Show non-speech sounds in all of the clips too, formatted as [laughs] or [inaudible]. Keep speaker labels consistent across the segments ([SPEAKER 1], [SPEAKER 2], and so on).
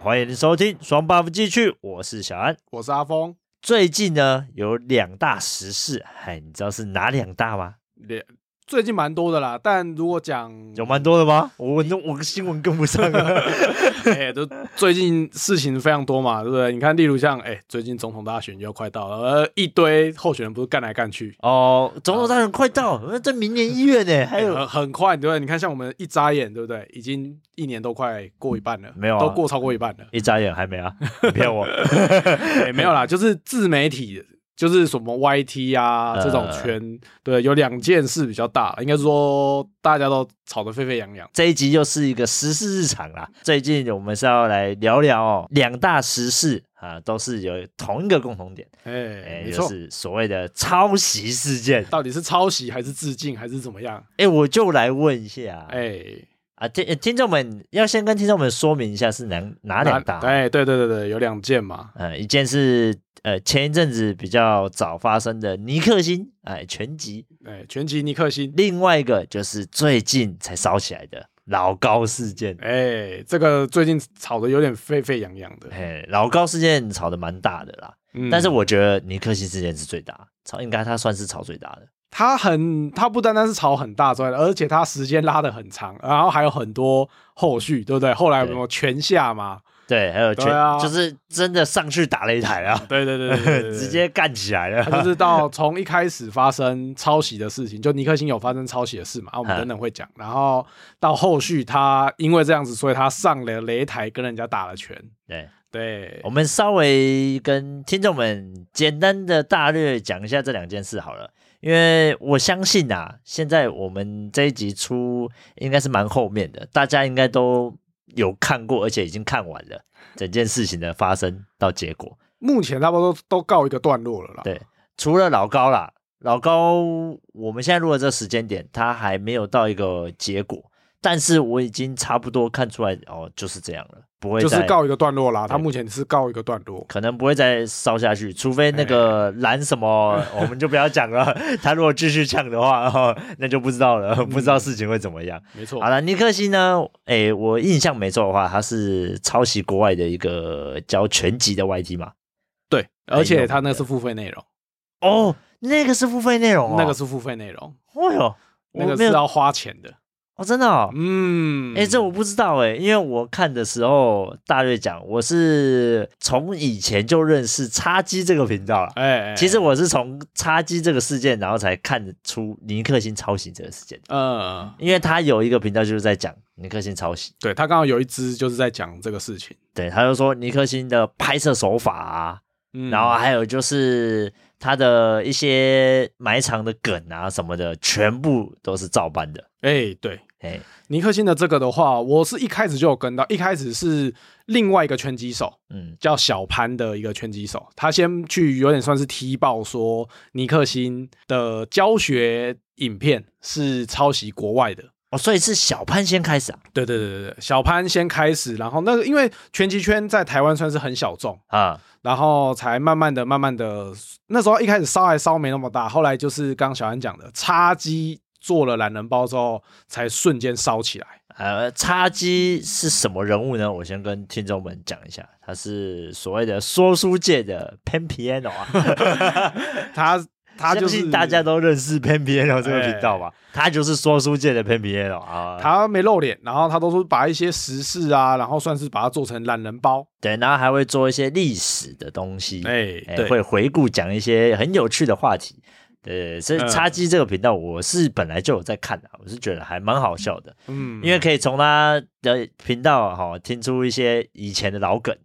[SPEAKER 1] 欢迎收听双 buff 继续，我是小安。
[SPEAKER 2] 我是阿峰，
[SPEAKER 1] 最近呢有两大时事，哎，你知道是哪两大吗？
[SPEAKER 2] 两最近蛮多的啦，但如果讲
[SPEAKER 1] [laughs] 有蛮多的吗？我我我新闻跟不上啊。
[SPEAKER 2] 哎、都最近事情非常多嘛，对不对？你看，例如像哎、最近总统大选又快到了，呃，一堆候选人不是干来干去，
[SPEAKER 1] [laughs] 哦，总统大选快到，那在明年一月 [laughs] 呢，还
[SPEAKER 2] 哎
[SPEAKER 1] 有
[SPEAKER 2] 很很快，对不对？你看，像我们一眨眼，对不对？已经一年都快过一半了，
[SPEAKER 1] 没有啊
[SPEAKER 2] 都过超过一半
[SPEAKER 1] [laughs]，
[SPEAKER 2] 了
[SPEAKER 1] 一眨眼还没啊，你骗 [laughs] 我。
[SPEAKER 2] 哎、没有啦，就是自媒体。就是什么 YT 啊
[SPEAKER 1] 呃
[SPEAKER 2] 这种圈，对，有两件事比较大，应该是说大家都吵得沸沸扬扬。
[SPEAKER 1] 这一集又是一个时事日常啦。最近我们是要来聊聊哦，两大时事啊，都是有同一个共同点，
[SPEAKER 2] 哎、
[SPEAKER 1] 哎，
[SPEAKER 2] 没
[SPEAKER 1] 就
[SPEAKER 2] 错，
[SPEAKER 1] 是所谓的抄袭事件。
[SPEAKER 2] 到底是抄袭还是致敬还是怎么样？
[SPEAKER 1] 哎，我就来问一下，
[SPEAKER 2] 哎、
[SPEAKER 1] 啊，听呃听众们要先跟听众们说明一下是哪哪两大，
[SPEAKER 2] 哎，对对对对，有两件嘛。
[SPEAKER 1] 呃，一件是呃前一阵子比较早发生的尼克星哎、全集，
[SPEAKER 2] 哎，全集尼克星，
[SPEAKER 1] 另外一个就是最近才烧起来的老高事件，
[SPEAKER 2] 哎，这个最近炒的有点沸沸扬扬的。
[SPEAKER 1] 嘿，老高事件吵得蛮大的啦，
[SPEAKER 2] 嗯
[SPEAKER 1] 但是我觉得尼克星事件是最大，吵应该他算是吵最大的，
[SPEAKER 2] 他很，他不单单是炒很大之外，而且他时间拉的很长，然后还有很多后续，对不对？后来有没有全下嘛？
[SPEAKER 1] 对，还有全、
[SPEAKER 2] 对啊
[SPEAKER 1] 就是真的上去打擂台啊，
[SPEAKER 2] 对对对对 [laughs] 对对对
[SPEAKER 1] 直接干起来了，
[SPEAKER 2] 他就是到从一开始发生抄袭的事情，就尼克星有发生抄袭的事嘛，啊，我们
[SPEAKER 1] 嗯
[SPEAKER 2] 等等会讲。然后到后续他因为这样子，所以他上了擂台跟人家打了拳。
[SPEAKER 1] 对。
[SPEAKER 2] 对
[SPEAKER 1] 我，们稍微跟听众们简单的大略讲一下这两件事好了，因为我相信啊，现在我们这一集出应该是蛮后面的，大家应该都有看过，而且已经看完了整件事情的发生到结果。
[SPEAKER 2] 目前差不多都都告一个段落了啦。
[SPEAKER 1] 对除了老高啦，老高我们现在录的这时间点，他还没有到一个结果，但是我已经差不多看出来哦，就是这样了，不会
[SPEAKER 2] 就是
[SPEAKER 1] 再
[SPEAKER 2] 告一个段落啦，他
[SPEAKER 1] 对
[SPEAKER 2] 目前是告一个段落。
[SPEAKER 1] 可能不会再烧下去，除非那个
[SPEAKER 2] 哎
[SPEAKER 1] 蓝什
[SPEAKER 2] [laughs]
[SPEAKER 1] 么，我们就不要讲了。他如果继续呛的话，哦那就不知道
[SPEAKER 2] 嗯
[SPEAKER 1] 了，不知道事情会怎么样。
[SPEAKER 2] 没错
[SPEAKER 1] 好了，尼克西呢？诶、我印象没错的话，他是抄袭国外的一个教拳击的 YT 嘛。
[SPEAKER 2] 对，
[SPEAKER 1] 哎
[SPEAKER 2] 而且
[SPEAKER 1] 有
[SPEAKER 2] 他那个是付费内容，
[SPEAKER 1] 哦，那个是付费内容哦，
[SPEAKER 2] 那个，是付费内容，
[SPEAKER 1] 哦哟，
[SPEAKER 2] 那
[SPEAKER 1] 我
[SPEAKER 2] 个
[SPEAKER 1] 没
[SPEAKER 2] 是
[SPEAKER 1] 有
[SPEAKER 2] 要花钱的。
[SPEAKER 1] 哦，真的哦。
[SPEAKER 2] 嗯，
[SPEAKER 1] 哎、这我不知道哎、因为我看的时候大略讲，我是从以前就认识叉鸡这个频道了。
[SPEAKER 2] 哎，哎，哎
[SPEAKER 1] 其实，我是从叉机这个事件，然后才看出尼克星抄袭这个事件，
[SPEAKER 2] 呃，
[SPEAKER 1] 因为他有一个频道就是在讲尼克星抄袭，
[SPEAKER 2] 对他刚好有一支就是在讲这个事情，
[SPEAKER 1] 对，他就说尼克星的拍摄手法啊，
[SPEAKER 2] 嗯
[SPEAKER 1] 然后还有就是他的一些埋藏的梗啊什么的，全部都是照搬的，
[SPEAKER 2] 哎，对。
[SPEAKER 1] 哎，
[SPEAKER 2] 尼克星的这个的话，我是一开始就有跟到，一开始是另外一个拳击手
[SPEAKER 1] 嗯，
[SPEAKER 2] 叫小潘的一个拳击手，他先去有点算是踢爆说尼克星的教学影片是抄袭国外的，
[SPEAKER 1] 哦，所以是小潘先开始啊，
[SPEAKER 2] 对对对对对，小潘先开始，然后那个因为拳击圈在台湾算是很小众，
[SPEAKER 1] 啊，
[SPEAKER 2] 然后才慢慢的、慢慢的，那时候一开始烧还烧没那么大，后来就是刚小安讲的，叉鸡做了懒人包之后，才瞬间烧起来。
[SPEAKER 1] 呃，叉机是什么人物呢？我先跟听众们讲一下，他是所谓的说书界的 Pan Piano 啊。 [laughs]
[SPEAKER 2] 他他就
[SPEAKER 1] 相
[SPEAKER 2] 是
[SPEAKER 1] 信大家都认识 Pan Piano 这个频道吧？哎他就是说书界的 Pan Piano 啊。
[SPEAKER 2] 他没露脸，然后他都是把一些时事啊，然后算是把它做成懒人包。
[SPEAKER 1] 对，然后还会做一些历史的东西，
[SPEAKER 2] 哎
[SPEAKER 1] 哎
[SPEAKER 2] 对
[SPEAKER 1] 会回顾讲一些很有趣的话题。对，所以
[SPEAKER 2] 嗯
[SPEAKER 1] 叉机这个频道，我是本来就有在看的、我是觉得还蛮好笑的，
[SPEAKER 2] 嗯，
[SPEAKER 1] 因为可以从他的频道哈、听出一些以前的老
[SPEAKER 2] [laughs]
[SPEAKER 1] 梗，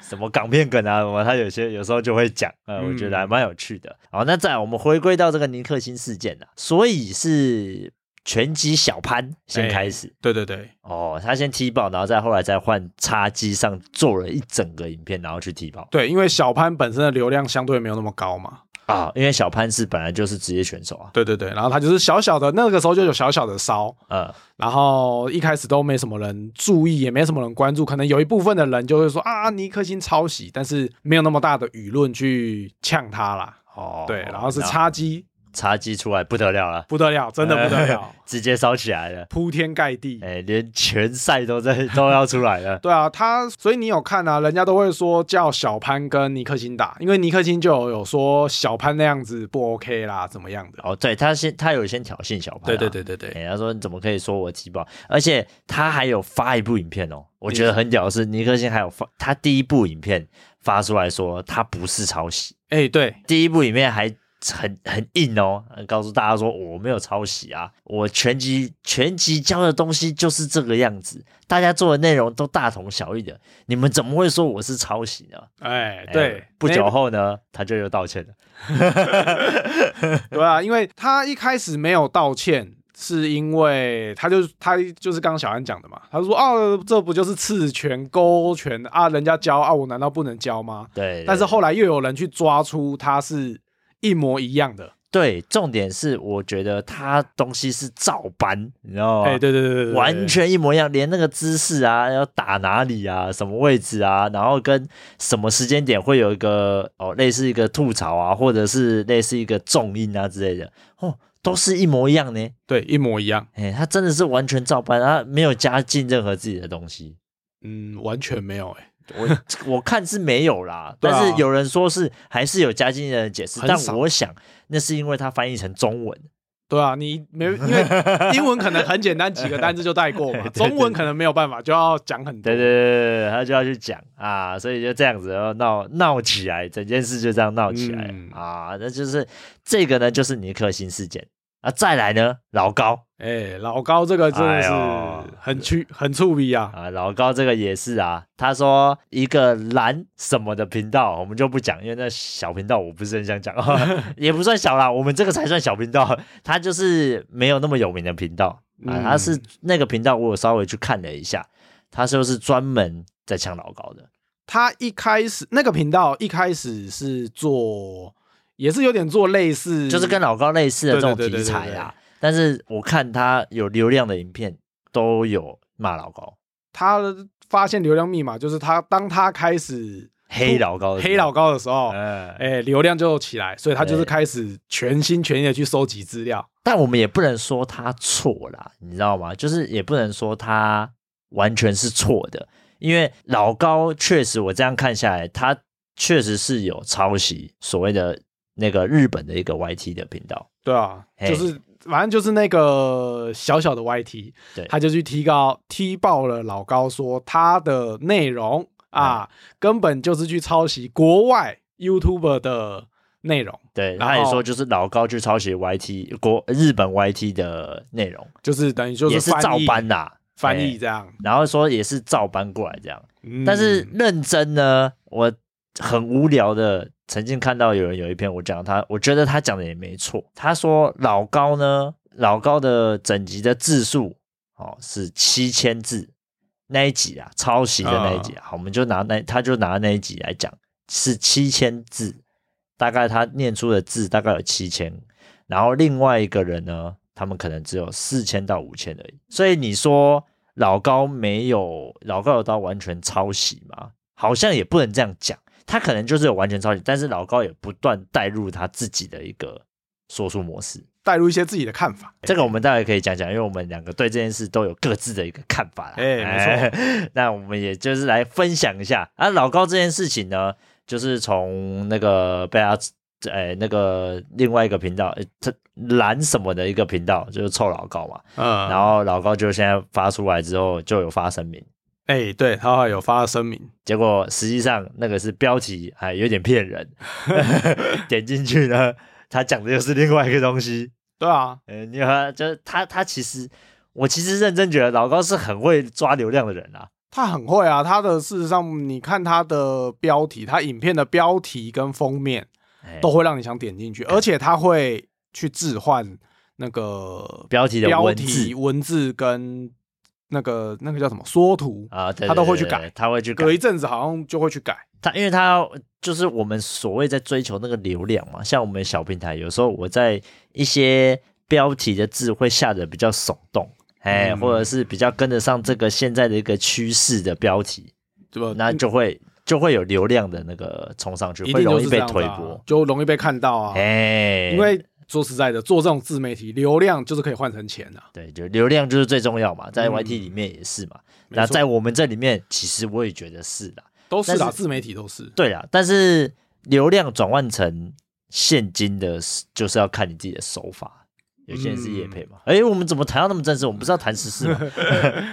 [SPEAKER 1] 什么港片梗啊，什么他有些有时候就会讲，呃，
[SPEAKER 2] 嗯
[SPEAKER 1] 我觉得还蛮有趣的。好，那再来我们回归到这个尼克星事件啊，所以是拳击小潘先开始、
[SPEAKER 2] 对对对，
[SPEAKER 1] 哦，他先踢爆，然后再后来再换叉机上做了一整个影片，然后去踢爆
[SPEAKER 2] 对，因为小潘本身的流量相对没有那么高嘛。
[SPEAKER 1] 啊，因为小潘是本来就是职业选手啊，
[SPEAKER 2] 对对对，然后他就是小小的那个时候就有小小的烧，
[SPEAKER 1] 呃，
[SPEAKER 2] 然后一开始都没什么人注意，也没什么人关注，可能有一部分的人就会说啊，尼克星抄袭，但是没有那么大的舆论去呛他啦。
[SPEAKER 1] 哦
[SPEAKER 2] 对，然后是叉鸡
[SPEAKER 1] 茶几出来不得了了，
[SPEAKER 2] 不得了，真的不得了，
[SPEAKER 1] 直接烧起来了，
[SPEAKER 2] 铺天盖地。。
[SPEAKER 1] 哎、连拳赛都在都要出来了
[SPEAKER 2] 对啊，他所以你有看啊，人家都会说叫小潘跟尼克星打，因为尼克星就有有说小潘那样子不 OK 啦，怎么样的？
[SPEAKER 1] [laughs] 哦，对他先他有先挑衅小潘、啊，
[SPEAKER 2] 对对对对对，
[SPEAKER 1] 哎、他说你怎么可以说我踢爆？而且他还有发一部影片哦，我觉得很屌的是，尼克星还有发他第一部影片发出来说他不是抄袭，
[SPEAKER 2] 哎对，
[SPEAKER 1] 第一部影片还很很硬哦，告诉大家说我没有抄袭啊，我拳击拳击教的东西就是这个样子，大家做的内容都大同小异的，你们怎么会说我是抄袭呢？
[SPEAKER 2] 哎
[SPEAKER 1] 哎
[SPEAKER 2] 对，
[SPEAKER 1] 不
[SPEAKER 2] 那
[SPEAKER 1] 久后呢，他就又道歉了。
[SPEAKER 2] 对啊，因为他一开始没有道歉，是因为他就他就是刚刚小安讲的嘛，他就说哦，这不就是刺拳、勾拳啊，人家教啊，我难道不能教吗？
[SPEAKER 1] 对，
[SPEAKER 2] 但是
[SPEAKER 1] 对
[SPEAKER 2] 后来又有人去抓出他是一模一样的，
[SPEAKER 1] 对，重点是我觉得他东西是照搬，你知道吗？
[SPEAKER 2] 哎、对对对对对，对
[SPEAKER 1] 哦完。全一模一样，连那个姿势啊，要打哪里啊，什么位置啊，然后跟什么时间点会有一个哦，类似一个吐槽啊，或者是类似一个重音啊之类的，哦，都是一模一样呢。
[SPEAKER 2] 对，一模一样，
[SPEAKER 1] 哎，他真的是完全照搬，他没有加进任何自己的东西。
[SPEAKER 2] 嗯，完全没有、哎，
[SPEAKER 1] 我我看是没有啦，
[SPEAKER 2] 对啊
[SPEAKER 1] 但是有人说是还是有加进人的解释，
[SPEAKER 2] 很
[SPEAKER 1] 但
[SPEAKER 2] 少
[SPEAKER 1] 我想那是因为他翻译成中文，
[SPEAKER 2] 对啊，你没因为英文可能很简单，几个单字就带过
[SPEAKER 1] [laughs]
[SPEAKER 2] 嘛，中文可能没有办法，就要讲很多。
[SPEAKER 1] 对对对对，他就要去讲啊，所以就这样子然后闹闹起来，整件事就这样闹起来、
[SPEAKER 2] 嗯
[SPEAKER 1] 啊。那就是这个呢，就是尼克星事件啊。再来呢，老高
[SPEAKER 2] 哎、老高这个真的是
[SPEAKER 1] 哎呦
[SPEAKER 2] 很趣、很触鼻啊，
[SPEAKER 1] 啊，老高这个也是啊。他说一个蓝什么的频道，我们就不讲，因为那小频道我不是很想讲，也不算小啦，我们这个才算小频道。他就是没有那么有名的频道啊，
[SPEAKER 2] 嗯
[SPEAKER 1] 他是那个频道我有稍微去看了一下，他就是专门在呛老高的。
[SPEAKER 2] 他一开始那个频道一开始是做，也是有点做类似，
[SPEAKER 1] 就是跟老高类似的这种
[SPEAKER 2] 对对
[SPEAKER 1] 题
[SPEAKER 2] 对
[SPEAKER 1] 材
[SPEAKER 2] 对对
[SPEAKER 1] 啦。但是我看他有流量的影片都有骂老高、
[SPEAKER 2] 他发现流量密码，就是他当他开始
[SPEAKER 1] 黑老高、
[SPEAKER 2] 黑老，高的时候，
[SPEAKER 1] 嗯，
[SPEAKER 2] 哎、流量就起来，所以他就
[SPEAKER 1] 对
[SPEAKER 2] 是开始全心全意的去收集资料。
[SPEAKER 1] 但我们也不能说他错啦，你知道吗？就是也不能说他完全是错的，因为老高确实，我这样看下来，他确实是有抄袭所谓的那个日本的一个 YT 的频道。
[SPEAKER 2] 对啊，
[SPEAKER 1] 嘿
[SPEAKER 2] 就是反正就是那个小小的 YT，
[SPEAKER 1] 对
[SPEAKER 2] 他就去踢高踢爆了老高，说他的内容啊，根本就是去抄袭国外 YouTuber 的内容，
[SPEAKER 1] 对，
[SPEAKER 2] 然
[SPEAKER 1] 他也
[SPEAKER 2] 后
[SPEAKER 1] 说就是老高去抄袭 YT 国日本 YT 的内容，
[SPEAKER 2] 就是等于就是
[SPEAKER 1] 也是
[SPEAKER 2] 翻译
[SPEAKER 1] 照搬啦、
[SPEAKER 2] 翻
[SPEAKER 1] 哎
[SPEAKER 2] 译这样。
[SPEAKER 1] 然后说也是照搬过来这样。
[SPEAKER 2] 嗯
[SPEAKER 1] 但是认真呢，我很无聊的，曾经看到有人有一篇我讲他，我觉得他讲的也没错。他说老高呢，老高的整集的字数哦是七千字，那一集啊，抄袭的那一集啊，好，我们就拿那他就拿那一集来讲，是七千字，大概他念出的字大概有七千，然后另外一个人呢，他们可能只有四千到五千而已。所以你说老高没有老高有到完全抄袭吗？好像也不能这样讲，他可能就是有完全抄袭，但是老高也不断带入他自己的一个说书模式。
[SPEAKER 2] 带入一些自己的看法。
[SPEAKER 1] 这个我们待会可以讲讲，因为我们两个对这件事都有各自的一个看法啦。
[SPEAKER 2] 哎没
[SPEAKER 1] 错。 [laughs] 那我们也就是来分享一下啊，老高这件事情呢，就是从那个被他哎那个另外一个频道，呃他蓝什么的一个频道，就是臭老高嘛。
[SPEAKER 2] 嗯，
[SPEAKER 1] 然后老高就现在发出来之后，就有发声明。
[SPEAKER 2] 哎、对他还有发声明，
[SPEAKER 1] 结果实际上那个是标题，还有点骗人。 [laughs] 点进去呢，他讲的又是另外一个东西。
[SPEAKER 2] 对啊，
[SPEAKER 1] 呃，你看，就是他，他其实，我其实认真觉得老高是很会抓流量的人啊。
[SPEAKER 2] 他很会啊。他的事实上，你看他的标题，他影片的标题跟封面
[SPEAKER 1] 哎
[SPEAKER 2] 都会让你想点进去，而且他会去置换那个
[SPEAKER 1] 标题的
[SPEAKER 2] 标
[SPEAKER 1] 文字
[SPEAKER 2] 题、文字跟那个那个叫什么缩图，
[SPEAKER 1] 啊，对
[SPEAKER 2] 他都
[SPEAKER 1] 对
[SPEAKER 2] 会去
[SPEAKER 1] 对
[SPEAKER 2] 改
[SPEAKER 1] 对他会去改
[SPEAKER 2] 隔一阵子好像就会去改。
[SPEAKER 1] 他，因为他要就是我们所谓在追求那个流量嘛。像我们小平台，有时候我在一些标题的字会下的比较耸动，哎、
[SPEAKER 2] 嗯
[SPEAKER 1] 或者是比较跟得上这个现在的一个趋势的标题，
[SPEAKER 2] 对吧？
[SPEAKER 1] 那就会就会有流量的那个冲上去，
[SPEAKER 2] 一
[SPEAKER 1] 会
[SPEAKER 2] 定就
[SPEAKER 1] 容易
[SPEAKER 2] 是这
[SPEAKER 1] 被
[SPEAKER 2] 样子
[SPEAKER 1] 推
[SPEAKER 2] 啊
[SPEAKER 1] 波。
[SPEAKER 2] 就容易被看到啊。
[SPEAKER 1] 哎，
[SPEAKER 2] 因为说实在的，做这种自媒体流量就是可以换成钱啊。
[SPEAKER 1] 对，就流量就是最重要嘛，在
[SPEAKER 2] 嗯
[SPEAKER 1] YT 里面也是嘛。
[SPEAKER 2] 没
[SPEAKER 1] 那
[SPEAKER 2] 错
[SPEAKER 1] 在我们这里面，其实我也觉得是啦。
[SPEAKER 2] 都是
[SPEAKER 1] 但
[SPEAKER 2] 啦，
[SPEAKER 1] 是
[SPEAKER 2] 自媒体都是。
[SPEAKER 1] 对啦，但是流量转换成现金的，就是要看你自己的手法。有些人
[SPEAKER 2] 嗯
[SPEAKER 1] 是业配嘛，哎、我们怎么谈到那么正式？我们不是要谈时
[SPEAKER 2] [laughs]
[SPEAKER 1] 事吗？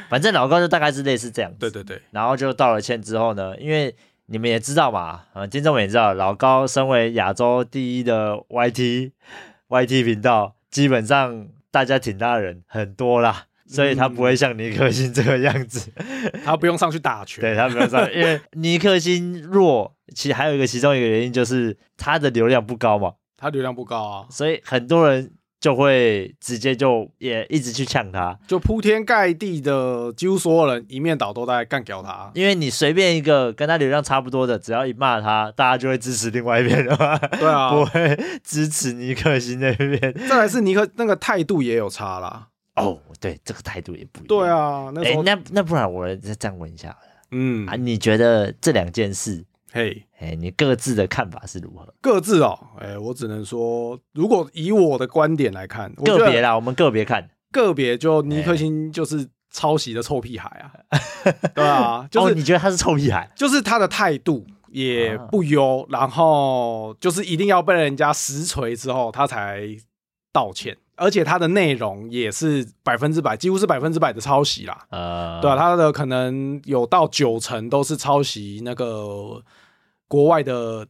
[SPEAKER 1] 反正老高就大概是类似这样子。
[SPEAKER 2] 对对对，
[SPEAKER 1] 然后就道了歉之后呢，因为你们也知道嘛，呃，听众们也知道，老高身为亚洲第一的 YT YT 频道，基本上大家挺他的人很多啦，所以他不会像尼克星这个样子，
[SPEAKER 2] 他不用上去打拳。
[SPEAKER 1] 对他没有上，因为尼克星弱，其还有一个其中一个原因就是他的流量不高嘛，
[SPEAKER 2] 他流量不高啊，
[SPEAKER 1] 所以很多人就会直接就也一直去呛他，
[SPEAKER 2] 就铺天盖地的，几乎所有人一面倒都在干
[SPEAKER 1] [laughs]
[SPEAKER 2] 掉他。
[SPEAKER 1] 因为你随便一个跟他流量差不多的，只要一骂他，大家就会支持另外一边的嘛。
[SPEAKER 2] 对啊，
[SPEAKER 1] 不会支持尼克星那边。
[SPEAKER 2] 再来是尼克那个态度也有差啦。
[SPEAKER 1] 哦，对，这个态度也不一样。
[SPEAKER 2] 对，啊，那
[SPEAKER 1] 哎
[SPEAKER 2] 时、候，
[SPEAKER 1] 那那不然我再这样问一下、
[SPEAKER 2] 嗯
[SPEAKER 1] 啊，，你觉得这两件事，
[SPEAKER 2] 嘿，
[SPEAKER 1] 哎、你各自的看法是如何？
[SPEAKER 2] 各自哦，哎，我只能说，如果以我的观点来看，我觉
[SPEAKER 1] 个
[SPEAKER 2] 得
[SPEAKER 1] 别啦，哎我们个别看。
[SPEAKER 2] 个别就尼克星就是抄袭的臭屁
[SPEAKER 1] [laughs]
[SPEAKER 2] 孩啊，对啊，就
[SPEAKER 1] 哦，
[SPEAKER 2] 是
[SPEAKER 1] 你啊觉得他是臭屁孩？
[SPEAKER 2] 就是他的态度也不优，然后就是一定要被人家实锤之后，他才道歉，而且他的内容也是百分之百，几乎是百分之百的抄袭啦。
[SPEAKER 1] 呃，
[SPEAKER 2] 对啊，他的可能有到九成都是抄袭那个国外的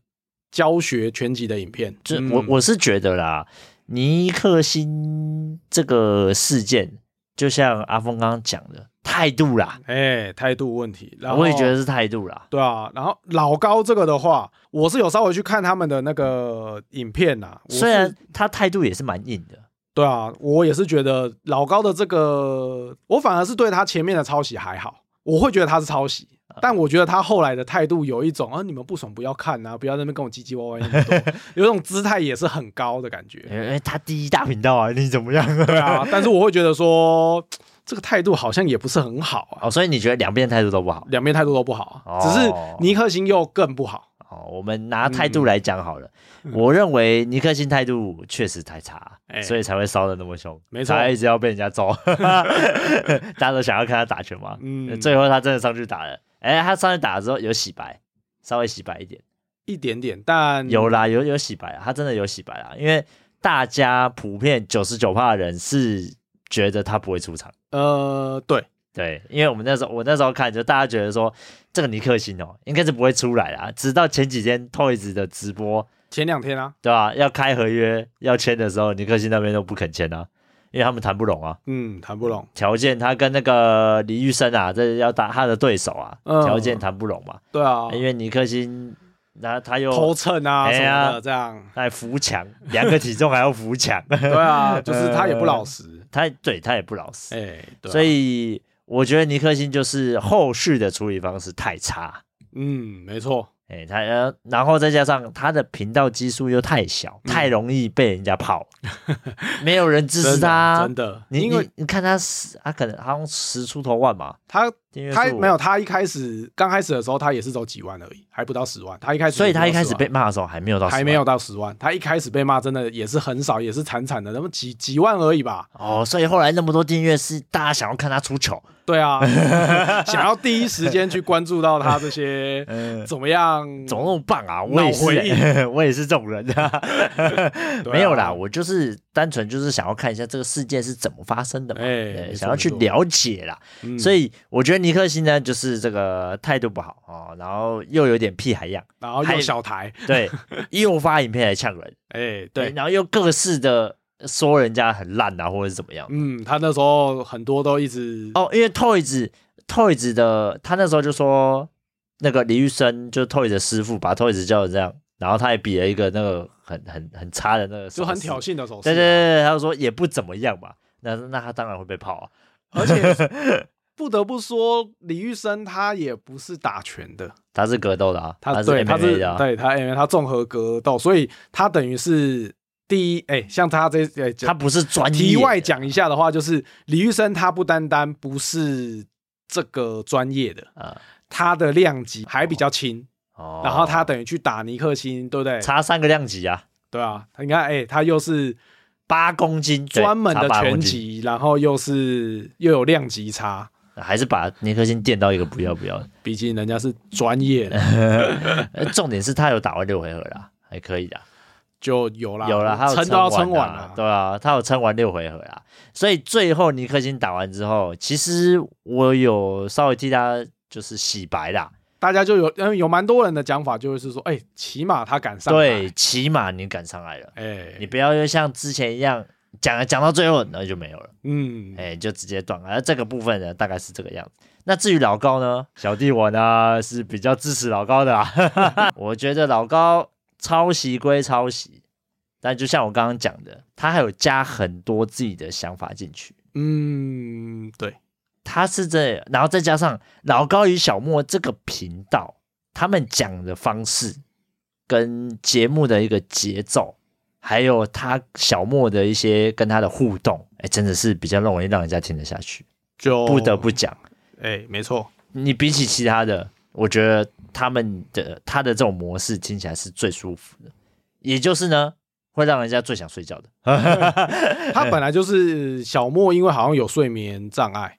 [SPEAKER 2] 教学全集的影片。
[SPEAKER 1] 这
[SPEAKER 2] 嗯
[SPEAKER 1] 我我是觉得啦，尼克星这个事件，就像阿峰刚刚讲的，态度啦，
[SPEAKER 2] 哎态度问题，然后
[SPEAKER 1] 我也觉得是态度啦。
[SPEAKER 2] 对啊，然后老高这个的话，我是有稍微去看他们的那个影片呐、我是
[SPEAKER 1] 虽然他态度也是蛮硬的，
[SPEAKER 2] 对啊，我也是觉得老高的这个，我反而是对他前面的抄袭还好，我会觉得他是抄袭，
[SPEAKER 1] 啊
[SPEAKER 2] 但我觉得他后来的态度有一种啊，你们不爽不要看啊，不要在那边跟我唧唧歪歪那么
[SPEAKER 1] [laughs]
[SPEAKER 2] 多，有一种姿态也是很高的感觉。
[SPEAKER 1] 因为他第一大频道啊，你怎么样？
[SPEAKER 2] 对啊，但是我会觉得说这个态度好像也不是很好啊，
[SPEAKER 1] 哦，所以你觉得两边态度都不好？
[SPEAKER 2] 两边态度都不好啊，只是
[SPEAKER 1] 哦
[SPEAKER 2] 尼克星又更不好。
[SPEAKER 1] 哦，我们拿态
[SPEAKER 2] 嗯
[SPEAKER 1] 度来讲好了。我认为尼克星态度确实太差，
[SPEAKER 2] 哎
[SPEAKER 1] 所以才会烧的那么凶，
[SPEAKER 2] 没错
[SPEAKER 1] 才一直要被人家
[SPEAKER 2] [laughs]
[SPEAKER 1] 揍。大家都想要看他打拳嘛。
[SPEAKER 2] 嗯，
[SPEAKER 1] 最后他真的上去打了，哎，他上去打的时候有洗白，稍微洗白一点，
[SPEAKER 2] 一点点，但
[SPEAKER 1] 有啦，有有洗白啊，他真的有洗白啦，因为大家普遍九十九的人是觉得他不会出场。
[SPEAKER 2] 呃，对，
[SPEAKER 1] 对，因为我们那时候我那时候看，就大家觉得说这个尼克星哦，应该是不会出来啦。直到前几天 Toys 的直播，
[SPEAKER 2] 前两天啊，
[SPEAKER 1] 对吧、要开合约要签的时候，尼克星那边都不肯签啊，因为他们谈不拢啊。
[SPEAKER 2] 嗯，谈不拢，
[SPEAKER 1] 条件他跟那个李玉生啊，这要打他的对手啊，
[SPEAKER 2] 嗯
[SPEAKER 1] 条件谈不拢嘛。
[SPEAKER 2] 对啊，
[SPEAKER 1] 因为尼克星，那他又
[SPEAKER 2] 偷蹭啊
[SPEAKER 1] 哎
[SPEAKER 2] 什
[SPEAKER 1] 呀
[SPEAKER 2] 么的，这样，
[SPEAKER 1] 他还扶墙，两个体重还要扶墙， [laughs]
[SPEAKER 2] 对啊，就是他也不老实，
[SPEAKER 1] 他对他也不老实，
[SPEAKER 2] 哎，对啊
[SPEAKER 1] 所以我觉得尼克星就是后续的处理方式太差。
[SPEAKER 2] 嗯，没错，
[SPEAKER 1] 哎、他呃，然后再加上他的频道基数又太小，太容易被人家泡， [laughs] 没有人支持
[SPEAKER 2] 嗯真的
[SPEAKER 1] 他。啊
[SPEAKER 2] 真的，
[SPEAKER 1] 你
[SPEAKER 2] 因为
[SPEAKER 1] 你你看他十，他可能好像十出头万嘛，
[SPEAKER 2] 他
[SPEAKER 1] 订阅数
[SPEAKER 2] 他没有，他一开始刚开始的时候，他也是走几万而已，还不到十万，他一开始，
[SPEAKER 1] 所以他一开始被。骂的时候还没有到10万，
[SPEAKER 2] 啊
[SPEAKER 1] 啊
[SPEAKER 2] 还没有到十万，他一开始被骂真的也是很少，也是惨惨的，那么几几万而已吧。
[SPEAKER 1] 哦，所以后来那么多订阅是大家想要看他出糗，[laughs]
[SPEAKER 2] 对啊，想要第一时间去关注到他这些
[SPEAKER 1] [laughs] 嗯，
[SPEAKER 2] 怎么样，
[SPEAKER 1] 怎么那么棒啊？我也是
[SPEAKER 2] 脑回忆、
[SPEAKER 1] [laughs] 我也是这种人啊，
[SPEAKER 2] 对啊
[SPEAKER 1] [laughs] 没有啦，我就是单纯就是想要看一下这个事件是怎么发生的嘛，
[SPEAKER 2] 哎
[SPEAKER 1] 对
[SPEAKER 2] 没错
[SPEAKER 1] 想要去
[SPEAKER 2] 没错
[SPEAKER 1] 了解啦。
[SPEAKER 2] 嗯
[SPEAKER 1] 所以我觉得尼克星呢，就是这个态度不好哦，然后又有点屁孩样，
[SPEAKER 2] 然后
[SPEAKER 1] 还
[SPEAKER 2] 用小台， [laughs]
[SPEAKER 1] 对，又发影片来呛人，
[SPEAKER 2] 哎，对，
[SPEAKER 1] 然后又各式的说人家很烂啊，或者是怎么样。
[SPEAKER 2] 嗯，他那时候很多都一直，
[SPEAKER 1] 哦，因为 Toys Toys 的他那时候就说，那个李玉生就是 Toys 的师傅，把 Toys 叫成这样，然后他也比了一个那个很很很差的那个手势，
[SPEAKER 2] 就很挑衅的手势，
[SPEAKER 1] 对
[SPEAKER 2] 啊
[SPEAKER 1] 对对对，他就说也不怎么样嘛，那那他当然会被泡啊。
[SPEAKER 2] 而且
[SPEAKER 1] [laughs]
[SPEAKER 2] 不得不说，李玉生他也不是打拳的，
[SPEAKER 1] 他是格斗的啊，
[SPEAKER 2] 他
[SPEAKER 1] 是
[SPEAKER 2] 对他
[SPEAKER 1] MMA
[SPEAKER 2] 是
[SPEAKER 1] 的啊，
[SPEAKER 2] 对他因为他综合格斗，所以他等于是第一，哎，像他这哎，
[SPEAKER 1] 他不是专业。
[SPEAKER 2] 题外讲一下的话，就是李玉生他不单单不是这个专业的，
[SPEAKER 1] 啊，
[SPEAKER 2] 他的量级还比较轻，
[SPEAKER 1] 哦
[SPEAKER 2] 然后他等于去打尼克星，对不对？
[SPEAKER 1] 差三个量级啊，
[SPEAKER 2] 对啊，你看，哎、他又是
[SPEAKER 1] 八公斤对
[SPEAKER 2] 专门
[SPEAKER 1] 差
[SPEAKER 2] 的
[SPEAKER 1] 八公
[SPEAKER 2] 拳
[SPEAKER 1] 斤
[SPEAKER 2] 击，然后又是又有量级差，
[SPEAKER 1] 还是把尼克星电到一个不要不
[SPEAKER 2] [laughs]
[SPEAKER 1] 要的。
[SPEAKER 2] 毕竟人家是专
[SPEAKER 1] [laughs]
[SPEAKER 2] 业的，
[SPEAKER 1] 呃重点是他有打完六回合啦，还可以的，
[SPEAKER 2] 就有啦，
[SPEAKER 1] 有啦，他有
[SPEAKER 2] 撑都要
[SPEAKER 1] 撑
[SPEAKER 2] 撑完
[SPEAKER 1] 啦
[SPEAKER 2] 了，
[SPEAKER 1] 对啊，他有撑完六回合啦。所以最后尼克星打完之后，其实我有稍微替他就是洗白啦，
[SPEAKER 2] 大家就有，嗯，有蛮多人的讲法就是说，哎、起码他敢上来，
[SPEAKER 1] 对，起码你赶上来了，
[SPEAKER 2] 哎、
[SPEAKER 1] 你不要又像之前一样讲讲到最后，然后就没有了，
[SPEAKER 2] 嗯，
[SPEAKER 1] 哎、就直接断了。那这个部分呢，大概是这个样子。那至于老高呢，小弟我呢是比较支持老高的啊， [laughs] 我觉得老高抄袭归抄袭，但就像我刚刚讲的，他还有加很多自己的想法进去。
[SPEAKER 2] 嗯，对，
[SPEAKER 1] 他是这，然后再加上老高与小莫这个频道，他们讲的方式跟节目的一个节奏，还有他小莫的一些跟他的互动，哎，真的是比较容易让人家听得下去。
[SPEAKER 2] 就
[SPEAKER 1] 不得不，讲，
[SPEAKER 2] 哎、没错，
[SPEAKER 1] 你比起其他的，我觉得他们的他的这种模式听起来是最舒服的，也就是呢，会让人家最想睡觉
[SPEAKER 2] [laughs]
[SPEAKER 1] 的。 [laughs]
[SPEAKER 2] 他本来就是小莫，因为好像有睡眠障碍，